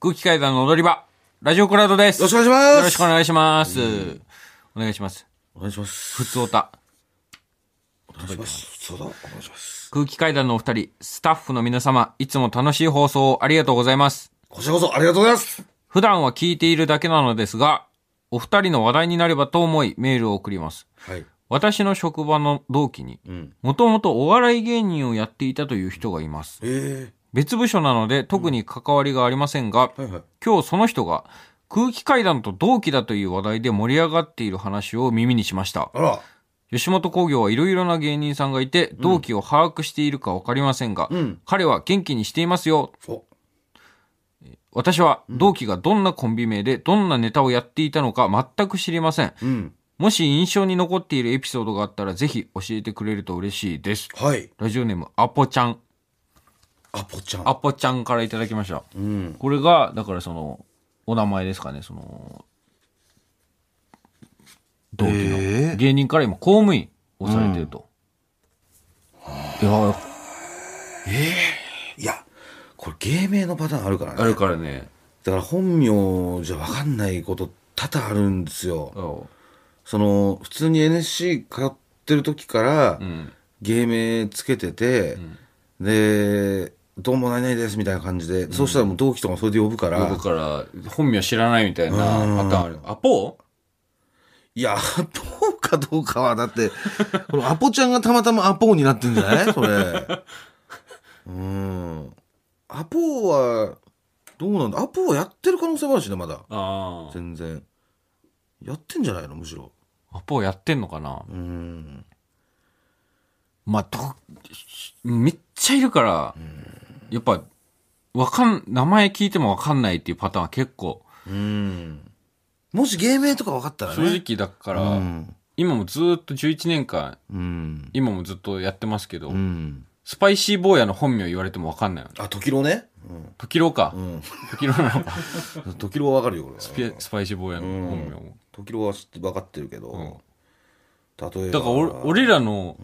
空気階段の踊り場、ラジオクラウドです。よろしくお願いしますよろしくお願いします。お願いします。お願いします。ふつおた。お願いします。そうだ。お願いします。空気階段のお二人、スタッフの皆様、いつも楽しい放送をありがとうございます。こちらこそありがとうございます。普段は聞いているだけなのですが、お二人の話題になればと思いメールを送ります。はい。私の職場の同期に、もともとお笑い芸人をやっていたという人がいます。え別部署なので特に関わりがありませんが、えはいはい。今日その人が空気階段と同期だという話題で盛り上がっている話を耳にしましたあ。ら、吉本興業はいろいろな芸人さんがいて、同期を把握しているかわかりませんが、ん彼は元気にしていますよ。お、私は同期がどんなコンビ名でどんなネタをやっていたのか全く知りません。うん。もし印象に残っているエピソードがあったらぜひ教えてくれると嬉しいです。はい。ラジオネーム、アポちゃん。あ、ぽっちゃん。アポちゃんからいただきました。うん。これが、だからその、お名前ですかね、その、同期えのー芸人から今公務員をされてると。いや、いや、これ芸名のパターンあるからね。あるからね。だから本名じゃわかんないこと多々あるんですよ。その、普通に NSC 通ってる時から、ん芸名つけてて、で、どうもないないですみたいな感じで、そうしたらもう同期とかもそれで呼ぶから、僕から本名知らないみたいなパターンある。アポいや、ア ポかどうかは、だって、このアポちゃんがたまたまアポになってんじゃないそれ。うん。アポは、どうなんだアポはやってる可能性もあるしね、まだ。あ全然。やってんじゃないのむしろ。あ。アポやってんのかなうん。まあ、と、めっちゃいるから、やっぱ、わかん、名前聞いてもわかんないっていうパターンは結構、うん。もし芸名とか分かったらね。正直だから、うん。今もずっと11年間、うん。今もずっとやってますけど、うん。スパイシー坊やの本名言われてもわかんないよね。あ、時郎ね。時郎かう。ん。時郎なのか。うん。時郎は分かるよ、俺は。スピスパイシー坊やの本名も。時郎は知って分かってるけど。例えだば。から俺、俺らの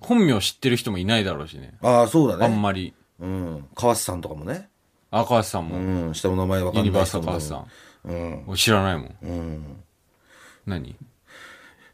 本名知ってる人もいないだろうしね。ああ、そうだね。あんまり。うん。川瀬さんとかもね。赤橋さんうも、ん。下の名前わかんユないニ人バーも。サル川橋さん。うん。俺知らないもん。うん。何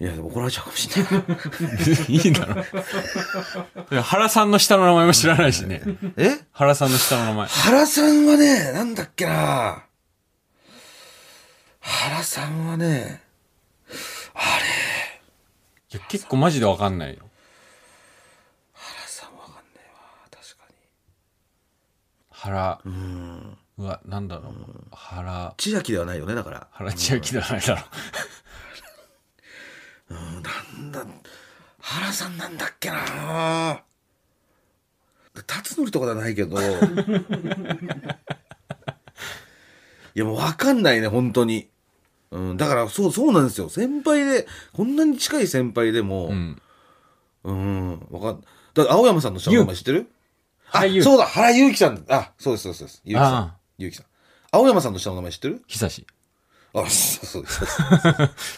いや、でも怒られちゃうかもしれない。いいだろ。いや 原さんの下の名前も知らないしね。え原さんの下の名前。原さんはね、なんだっけな原さんはね、いや結構マジでわかんないよ。原さんわかんねえわ。確かに。原。うわ、なんだろう。原。千秋ではないよね、だから。原千秋ではないだろう。なんだ、原さんなんだっけな辰徳とかではないけど。 いや、もうわかんないね、本当に。うん、だから、そう、そうなんですよ。先輩で、こんなに近い先輩でも、うん。うん、わかんだから青山さんの下の名前知ってるあ原、由紀そうだ、原祐希さん。あ、そうです、そうですそうです。祐希さああん。祐希さん。青山さんの下の名前知ってる久し。あ、そうそうです。そうです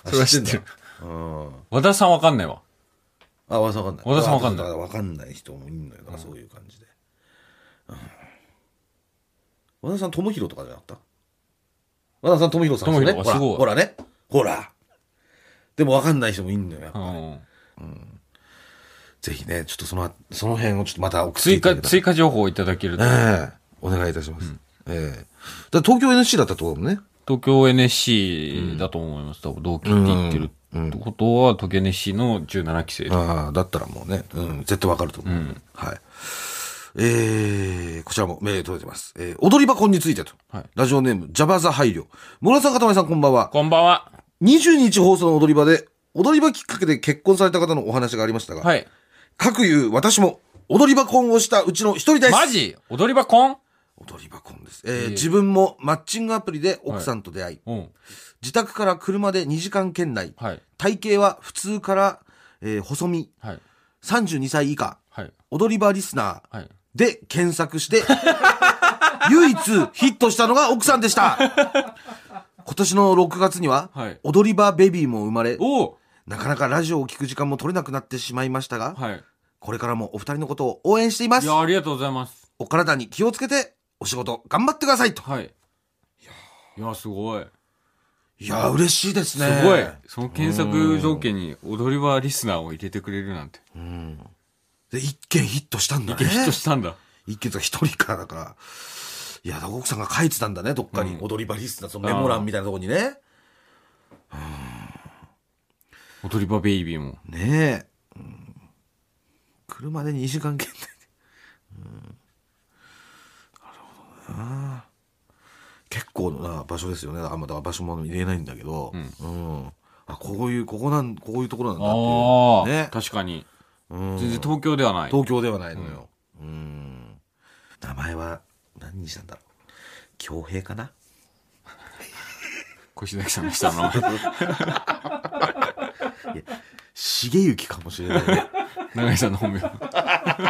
それは知ってる。あうん。和田さんわかんないわ。あ、和田さんわかんない。和田さんわかんないだらわかんない人もいんのよ。だからそういう感じで。うん和田さん、ともひろとかじゃなかった和田さん、ともひろさんですよね。友ほ博ら、すごいほらね。ほら。でもわかんない人もいんのよ。やっうぱん。ぜひね、ちょっとその、その辺をちょっとまた送って追いた加、だけたら追加情報をいただけると。ええお願いいたします。ええだから東京 NSC だったってことだもんね。東京 NSC だと思います。多分同期って言ってるってことは、東京 NSC の17期生で。ああ、だったらもうね、うん、絶対わかると思う。はい。えー、こちらもメール届いてます。えー、踊り箱についてと。はいラジオネーム、ジャバザ配慮。村さん、かたまりさん、こんばんは。こんばんは。 22日放送の踊り場で、踊り場きっかけで結婚された方のお話がありましたが、はい。各言う私も、踊り場婚をしたうちの一人です。マジ踊り場コン踊り場婚です。えー自分もマッチングアプリで奥さんと出会い、うん。自宅から車で2時間圏内、はい。体型は普通から、えー細身、はい。 32歳以下、はい。踊り場リスナはいー。で検索して、唯一ヒットしたのが奥さんでした。今年の6月には、はい踊り場ベビーも生まれ、おおなかなかラジオを聞く時間も取れなくなってしまいましたが、はい。これからもお二人のことを応援していまいす。や、ありがとうございます。お体に気をつけて、お仕事頑張ってくださいと。はい。いや、すごい。いや、嬉しいですね。すごい。その検索条件に踊り場リスナーを入れてくれるなんて。で、一件ヒットしたんだね。激ットしたんだ。一軒とか一人からだから。いや、奥さんが書いてたんだね、どっかに。踊り場リスナー、そのメモ欄みたいなとこにね。踊り場ベイビーも。ねえ。うん車で2時間圏内で。うん。なるほどな。結構な場所ですよね。あんまだ場所も入れないんだけど。うん。あ、こういう、ここなん、こういうところなんだあっあ、ていう。ね。確かに。うん全然東京ではない。東京ではないのよ。うん。名前は何にしたんだろう。京平かな越崎さんがしたの。 いや重幸かもしれないね。長井さんの本名。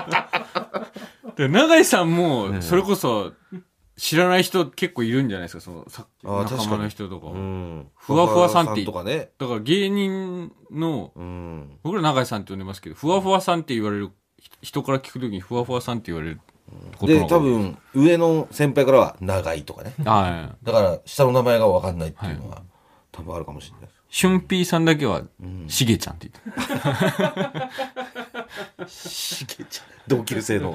で長井さんも、それこそ、知らない人結構いるんじゃないですか、その、さあー確かに仲間の人とかは。ん。ふわふわさんってとかね。だから芸人の、うん。僕ら長井さんって呼んでますけど、ふわふわさんって言われる、ひ人から聞くときにふわふわさんって言われることので、方が多。分、上の先輩からは長いとかね。はい。だから、下の名前がわかんないっていうのは、多分あるかもしれない。シュンピーさんだけは、しげちゃんって 言って。しげちゃん。同級 生の。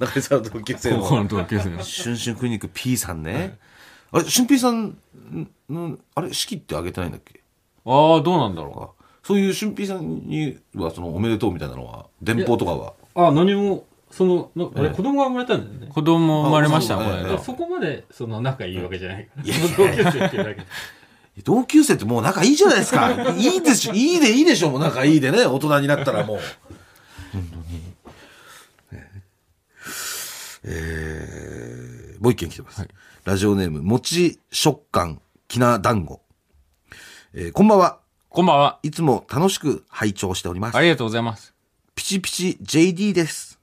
中井さんの同級生高校の。の同級生の。シュンシュンクリニック P さんね。あれ、シュン P さん、んんあれ、式ってあげてないんだっけああ、どうなんだろあそういうシュン P さんには、その、おめでとうみたいなのは、電報とかは。あ、何も、その、なあれ、子供が生まれたんだよねう。。子供生まれました、あこそうだねれ。そこまで、その、仲いいわけじゃないから。同級生っていうだけで。同級生ってもう仲いいじゃないですか。いいでしょ、いいでいいでしょ、もう仲いいでね、大人になったらもう。えー、もう一件来てます。ラジオネーム、もち食感、きな団子。えー、こんばんは。こんばんは。いつも楽しく拝聴しておりますあ。りがとうございます。ピチピチ JD です。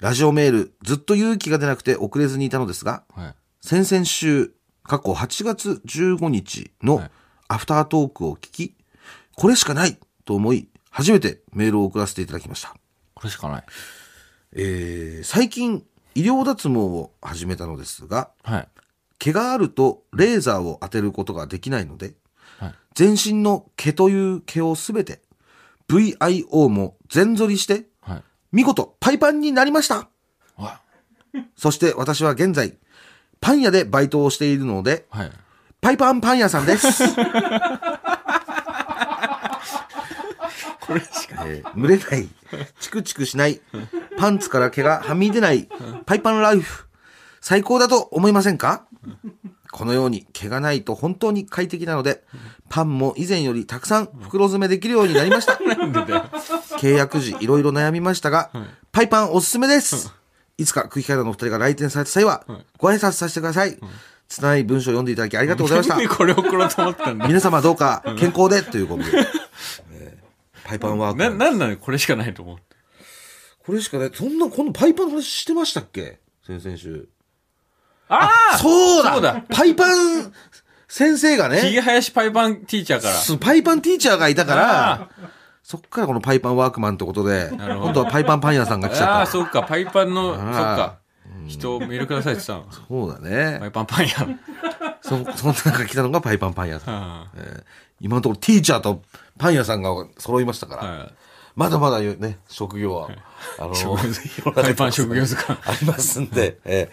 ラジオメール、ずっと勇気が出なくて遅れずにいたのですが、はい。先々週、過去8月15日のはいアフタートークを聞き、これしかないと思い、初めてメールを送らせていただきました。これしかない。えー最近、医療脱毛を始めたのですが、はい。毛があるとレーザーを当てることができないので、はい全身の毛という毛をすべて、VIO も全剃りして、はい。見事、パイパンになりましたはそして私は現在、パン屋でバイトをしているので、はい。パイパンパン屋さんです。これしか、えー蒸れない、チクチクしない、パンツから毛がはみ出ない、パイパンライフ、最高だと思いませんかこのように毛がないと本当に快適なので、パンも以前よりたくさん袋詰めできるようになりました。契約時いろいろ悩みましたが、パイパンおすすめです。いつか空気階段のお二人が来店された際は、ご挨拶させてください。つない文章を読んでいただきありがとうございましたなん。でこれ送ろうと思 ったん だ。皆様どうか健康でという ことで。えーパイパンワークな、なんなのこれしかないと思って。これしかない。そんな、このパイパンの話してましたっけ先々週。ああそうだそうだパイパン先生がひげね、はやしパイパンティーチャーから。そうパイパンティーチャーがいたかあら、そっからこのパイパンワークマンってことで、るほど今度はパイパンパン屋さんが来ちあゃあ、った。そっか、パイパンの、そっーか、人をメールくださいって言ってたの。そうだパね。イパンパンやん。そ、その中来たのがパイパンパン屋さん。はえー今のところティーチャーとパン屋さんが揃いましたかいら、はまだまだね、職業は、あの、い。パイパン職業図鑑。ありますんで、えー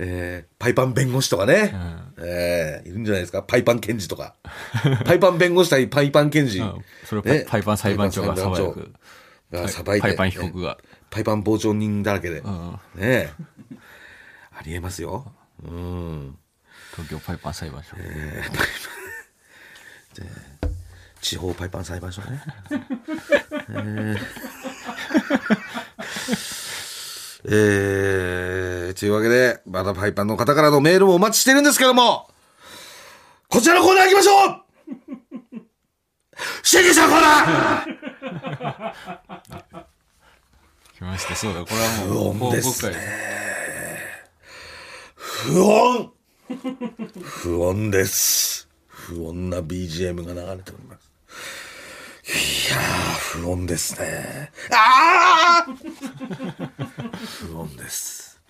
えーパイパン弁護士とかね、えーいるんじゃないですか、パイパン検事とか。パイパン弁護士対パイパン検事うん。それをパイパイパン裁判長がパイパン裁判長裁が裁ばいてパイパン被告が。パイパン傍聴人だらけで。んねえありえますよ。うん。東京パイパン裁判所。地方パイパン裁判所ね。えーえーというわけで、まだパイパンの方からのメールもお待ちしてるんですけども、こちらのコーナー行きましょうシェキさんコーナー来ました、そうだ、これはもう、不穏ですね報告会不穏 不穏です。不穏な BGM が流れております。いやー、不穏ですね。あー不穏です。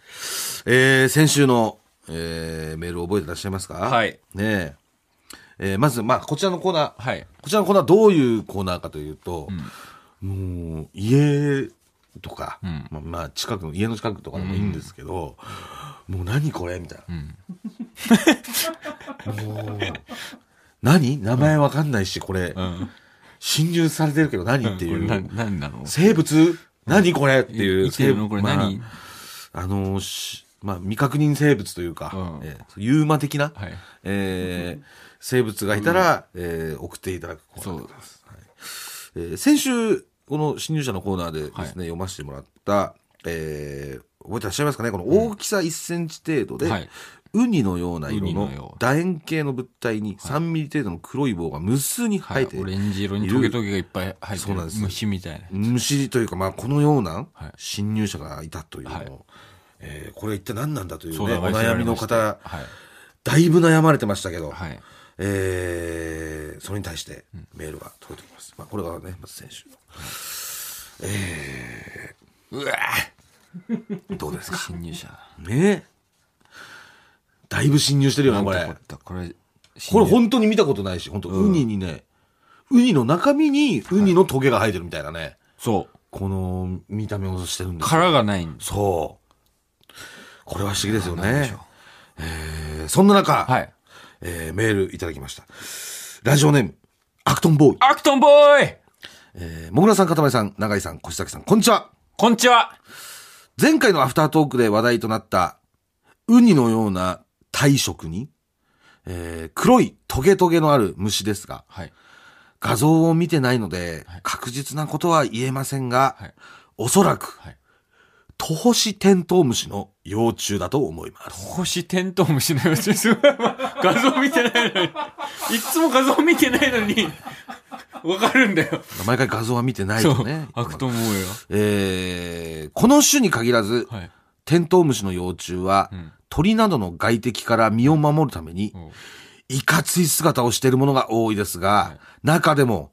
えー、先週の、えー、メール覚えてらっしゃいますかはい。ねえ。えーまず、まあ、こちらのコーナー。はいこちらのコーナーどういうコーナーかというと、もう、家とか、まあ、まあ近くの、家の近くとかでもいいんですけど、もう何これみたいな。 もう、何名前わかんないし、これ、ん侵入されてるけど何っていこう。れな、何なの生物何これっていう。生きてるのこれ何まあ、あのしまあ、未確認生物というか、うんえーユーマ的な、はいえー生物がいたら、えー送っていただくコーナーでございます。はいえー先週、この侵入者のコーナーでですね、はい読ませてもらった、えー覚えてらっしゃいますかねこの大きさ1センチ程度で、はいウニのような色ウニののよう楕円形の物体に3ミリ程度の黒い棒が無数には生えいて、いオる、レンジ色にトゲトゲがいっぱい入ってそうなんるです虫みたいな。虫というか、まあ、このようなはい侵入者がいたというのを、はいえーこれ一体何なんだという相ね、談おが寄せら悩れみのまして方、はい。だいぶ悩まれてましたけど、はい。えーそれに対してメールが届いております。まあ、これがね、まず先週の。うわどうですか侵入者だ。ねだいぶ侵入してるよな、これ。なんてったこれ、これ本当に見たことないし、本当ウニにね、ウニの中身にウニのトゲが生えてるみたいなね、そう。この見た目をしてるんですよ殻がないんです。そう。これは不思議ですよね。えーそんな中、はい。えーメールいただきました。ラジオネーム、アクトンボーイ。アクトンボーイえー、もぐらさん、かたまりさん、長井さん、越崎さん、こんにちは。こんにちは前回のアフタートークで話題となった、ウニのような体色に、えー黒いトゲトゲのある虫ですが、はい。画像を見てないのではい、確実なことは言えませんが、はいおそらく、はい。トホシテントウムシの幼虫だと思います。星テントウムシの幼虫すごい。 画像見てないのに。いつも画像見てないのに。わかるんだよ。毎回画像は見てないそとうね。。アクトンボーイえーこの種に限らず、は。はい。テントウムシの幼虫は、ん鳥などの外敵から身を守るために、んいかつい姿をしているものが多いですが、中でも、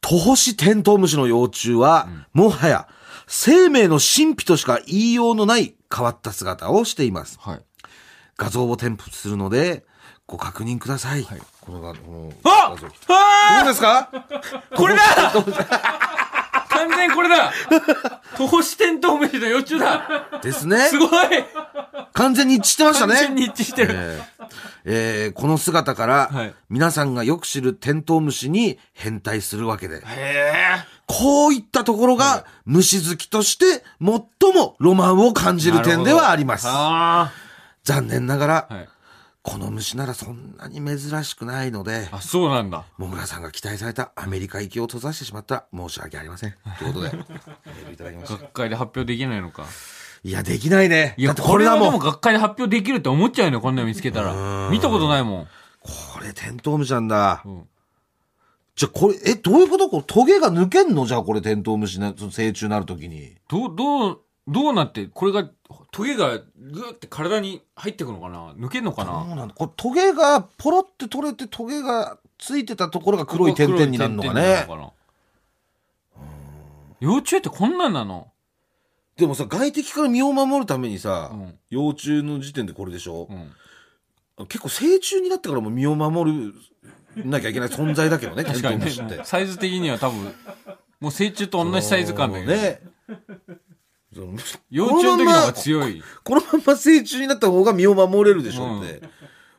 トホシテントウムシの幼虫は、もはや生命の神秘としか言いようのない変わった姿をしています。はい。画像を添付するので、ご確認ください。この画このあ画像ど あうですかこれだ完全にこれだトホシテントウムシの幼虫だですねす。ごい完全に一致してました完ね。全に一致してる。えーえーこの姿から、はい皆さんがよく知るテントウムシに変態するわけで、へこういったところが虫好きとして最もロマンを感じる点ではあります。あ残念ながら、あ。はい。この虫ならそんなに珍しくないので、あ、そうなんだ。もぐらさんが期待されたアメリカ行きを閉ざしてしまったら申し訳ありません。ということ で、メールいただきました。学会で発表できないのか。いや、できないね。いや、だってここれれだはでもん。もこ学会で発表できるって思っちゃうよね、こんなの見つけたら。見たことないもん。れテントウムシなんだ。んじゃあこれ、え、どういうことこれトゲが抜けんのじゃあこれテントウムシのその成虫なるときに。どう、どう、どうなって、これが、トゲがぐーって体に入ってくのかな抜けんのかそうななんだ。これトゲがポロって取れてトゲがついてたところが黒い点々になるのか黒い点ね々。になるのかな幼虫ってこんなんなのでもさ、外敵から身を守るためにさ、うん幼虫の時点でこれでしょう、ん。結構成虫になってからも身を守る、なきゃいけない存在だけどね、テン確トかにウムねシって。。サイズ的には多分、もう成虫と同じサイズ感だけど。ね。その幼虫の時の方が強い。このまんま成虫になった方が身を守れるでしょって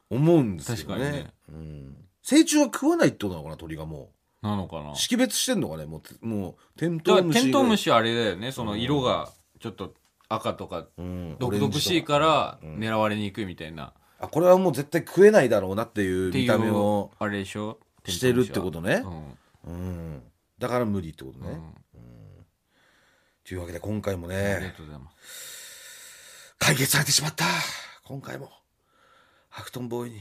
思うんですよ確かにねね。うん成虫は食わないってことなのかな、鳥がもなのかなう。識別してんのかね、もうて、もう、テンだトかウらムシ。テントウムシはあれだよね、その色がちょっと赤とか、うん毒々しいオレンジとから狙われにくいみたいな。あ、これはもう絶対食えないだろうなっていうってい見た目うを、あれでしょしてるってことねう。んうん。だから無理ってことね。うんというわけで今回もありがね、とうございます。考解決されてしまった今回もアクトンボーイに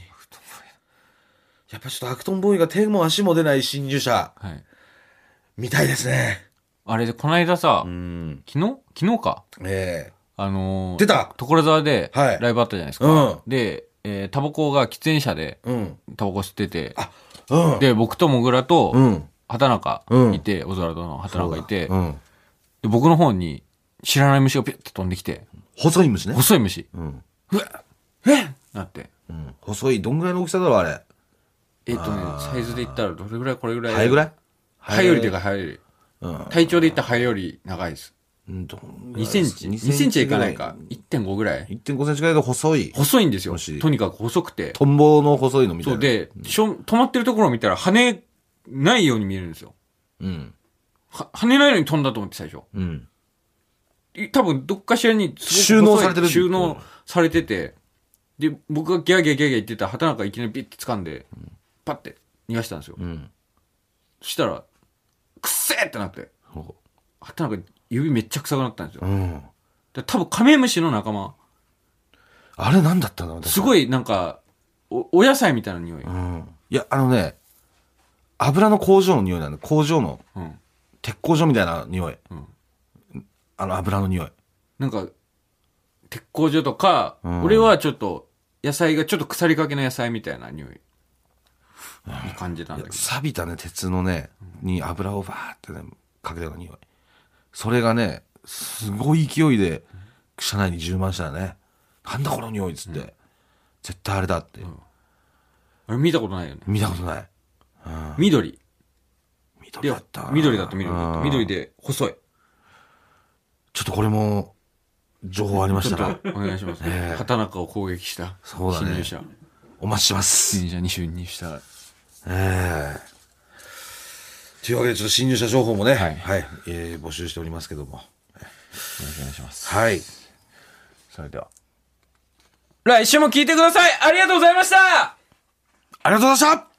やっぱちょっとアクトンボーイが手も足も出ない侵入者はい。みたいですねあれで、この間さ、うん昨日昨日か。えあのー出た所沢ではいライブあったじゃないですか。うんで、えータバコが喫煙者でえうんタバコ吸ってて、あうんで、僕とモグラと、うん畑中うんいて、オズワルドの畑中いて、うんで僕の方に知らない虫がピュッて飛んできて、細い虫ね細い虫、うん、うわっえっなって。うん、細いどんぐらいの大きさだろうあれえっ、とね、サイズで言ったらどれぐらいこれぐらい。ハエぐらいハエよりでかい、ハエより。うん体長で言ったらハエより長いです。うんどんぐ2らいセンチ ?2 センチはいかないか。1.5ぐらい。 1.5センチぐらいで細い細いんですよ。虫とにかく細くて。トンボの細いのみたいそなうで、しょ止まってるところを見たら羽ないように見えるんですよ。うんは羽ないのに飛んだと思って最初。うんい多分どっかしらにすごく細い収納されてる収納されてて。で、僕がギャーギャーギャーギャー言ってたら畑中がいきなりビッて掴んで、パッて逃がしたんですよ。うんそしたら、くっせーってなって、ほ畑中指めっちゃ臭くなったんですよう。うんで多分カメムシの仲間。あれなんだったんだろうすごいなんか、お、お野菜みたいな匂い。うんいや、あのね、油の工場の匂いなんで、工場の、うん。鉄工所みたいな匂い。んあの油の匂い。なんか、鉄工所とか、うん俺はちょっと、野菜がちょっと腐りかけの野菜みたいな匂い。に感じたんだけど。錆びたね、鉄のね、に油をバーってね、かけたような匂い。それがね、すごい勢いで、車内に充満したらね、なんだこの匂いっつって、絶対あれだって、あれ見たことないよね。見たことない。緑。緑でだったな。緑だった、緑だっうた。ん緑で、細い。ちょっとこれも、情報ありましちょたっとら、、お願いします。 畑中を攻撃した。そうだね侵入者。お待ちしてます。侵入者に侵入した。ええというわけで、ちょっと新入社情報もね、は、はいいえー募集しておりますけども。お願いします。はい。それでは。来週も聞いてくださいありがとうございましたありがとうございました